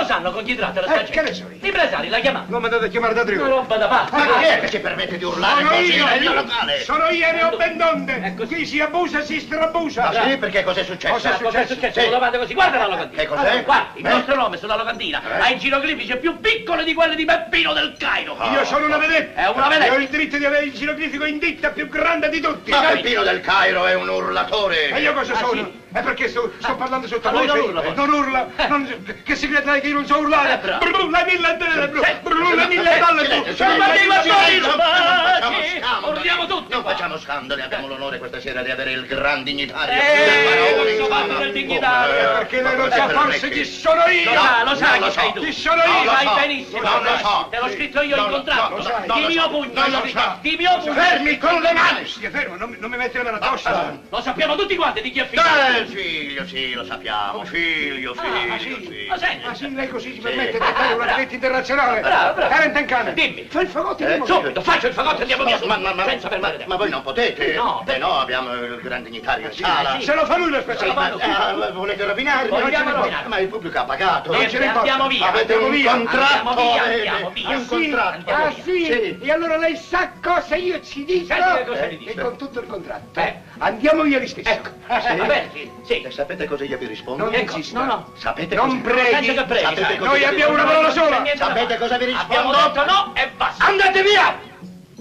Lo sanno con chi tratta la Eh, stagione? che ne so io? I presari l'ha chiamato. L'ho mandato a chiamare da tre Una ore. roba da parte. Ma chi è? Perché ci permette di urlare Sono così io, nel mio io. locale? sono io e ne ho ben donde. Ecco sì. Chi si abusa si strabusa. Ah, sì, perché cos'è successo? Cosa Ah, Cos'è successo? Sì. Lo fate così, guarda la locantina. Che cos'è? Allora, guarda, il Eh? nostro nome sulla locantina ha i giroglifici più piccoli di quelli di Peppino del Cairo. Io sono una vedetta. Ah. È una vedetta. E ho il diritto di avere il giroglifico in ditta più grande di tutti. Ma capito? Peppino del Cairo è un urlatore. E io cosa Ah, sono? sì. È perché sto, sto parlando sotto Ah, lui voce. non urla, forse. Non urla. non- che si crede che io non so urlare. Eh, bravo. Brrr, la mille delle, Sì. brrr, la mille Eh, balle silenzio, tu. silenzio, Ma la dei mille vattoni, balle. la silenzio, non pace! facciamo scandali. Urliamo tutti Non qua. facciamo scandali, abbiamo l'onore questa sera di avere il gran dignitario. Eh, Barone, questo insomma. padre del dignitario. Oh, eh, Perché ma lei non cos'è sa per forse orecchie? chi sono io. Lo sa, lo non sa lo chi so. sei tu. Chi sono Lo io? sai so, benissimo. non lo so. Te l'ho Sì. scritto io Non in lo so, contratto. lo sai, Di non lo mio so. pugno. Non lo so. Di mio pugno. Fermi con le mani! Stia fermo, non, mi- non mi mettere la mano addosso. Lo sappiamo tutti quanti di chi è figlio. Eh, figlio, sì, lo sappiamo. Figlio, Ah, figlio, sì. Ma senti. Ma sì, lei così ci permette di fare una vedetta internazionale. Bravo, bravo. Talent and Cannon. Dimmi. Fai il fagotto Eh, di so. moto. Subito, faccio il fagotto e andiamo via. Ma, ma, ma, senza fermare tempo. ma voi non potete? No, Beh, no, abbiamo il gran dignitario in sala. sì. Se lo fa lui lo Sì, speciale. ma, eh, volete rovinarvi? Vogliamo Ma non ce ne può- rovinarvi. Ma il pubblico ha pagato. Niente, ce ne importa. Andiamo via. Avete Andiamo un via. contratto. Andiamo via, avete- andiamo via. Un contratto. Andiamo Ah via. sì? Sì. E allora lei sa cosa io ci dico? Eh, Senti che cosa gli E dice. con tutto il contratto. Eh. Andiamo via di stesso. Ecco, Ah, Sì. va bene, sì, E sì. sapete cosa io vi rispondo? Non Ecco, insista. no, no. Sapete Non cosa- Senza preghi. che preghi, Sapete sai. cosa Noi dire? abbiamo una parola sola. Niente da Sapete fare. cosa vi rispondo? Abbiamo detto no e basta. Andate via!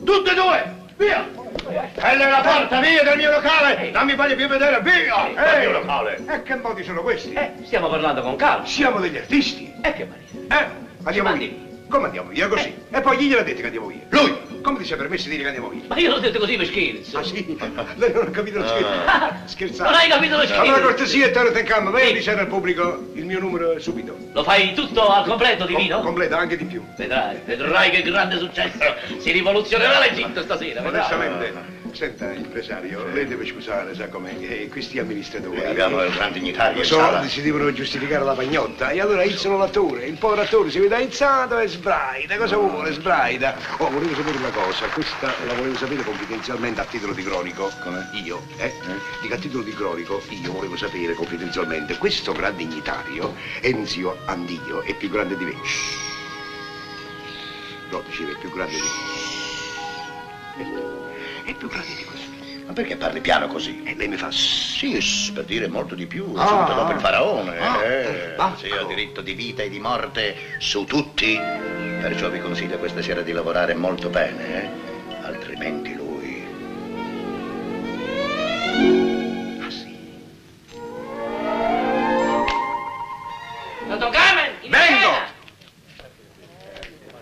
Tutte e due! Via! Pelle la porta, via dal mio locale! Non mi voglio più vedere, via! Dal mio locale! E Eh. che modi sono questi? Eh, stiamo parlando con calma. Siamo degli artisti. E che marito? Eh? Andiamo Ma via. dimmi. Come andiamo via così? Eh. E poi chi gliel'ha detto che andiamo via? Lui! Come ti sei permesso di dire che andiamo via? Ma io l'ho detto così per scherzo. Ah sì? Lei non ha capito lo Ah. scherzo. Scherzate. Non hai capito lo scherzo. Allora cortesia e tornate in campo. Vai a Sì. avvisare al pubblico il mio numero subito. Lo fai tutto al completo, divino? Com- Completo, anche di più. vedrai, vedrai che grande successo. Si rivoluzionerà l'Egitto stasera, vedrai. Onestamente, Ah. senta impresario, lei deve scusare, sa com'è, che questi amministratori Abbiamo il gran dignitario i in sala. soldi si devono giustificare la pagnotta e allora alzano l'attore, il povero attore si vede alzato e sbraida, cosa vuole, sbraida? Oh, volevo sapere una cosa, questa la volevo sapere confidenzialmente a titolo di cronico. Come? Io, eh? Dico a titolo di cronico, io volevo sapere confidenzialmente, questo gran dignitario, Enzio Andio, è più grande di me. No, dicevo, è più grande di me. È più grande di questo. Ma perché parli piano così? E lei mi fa... Sì, s- per dire molto di più, Ah. subito dopo il faraone. Ah, eh, tabacco. sì, ho diritto di vita e di morte su tutti. Perciò vi consiglio questa sera di lavorare molto bene, eh? altrimenti lui... Dottor Gaio!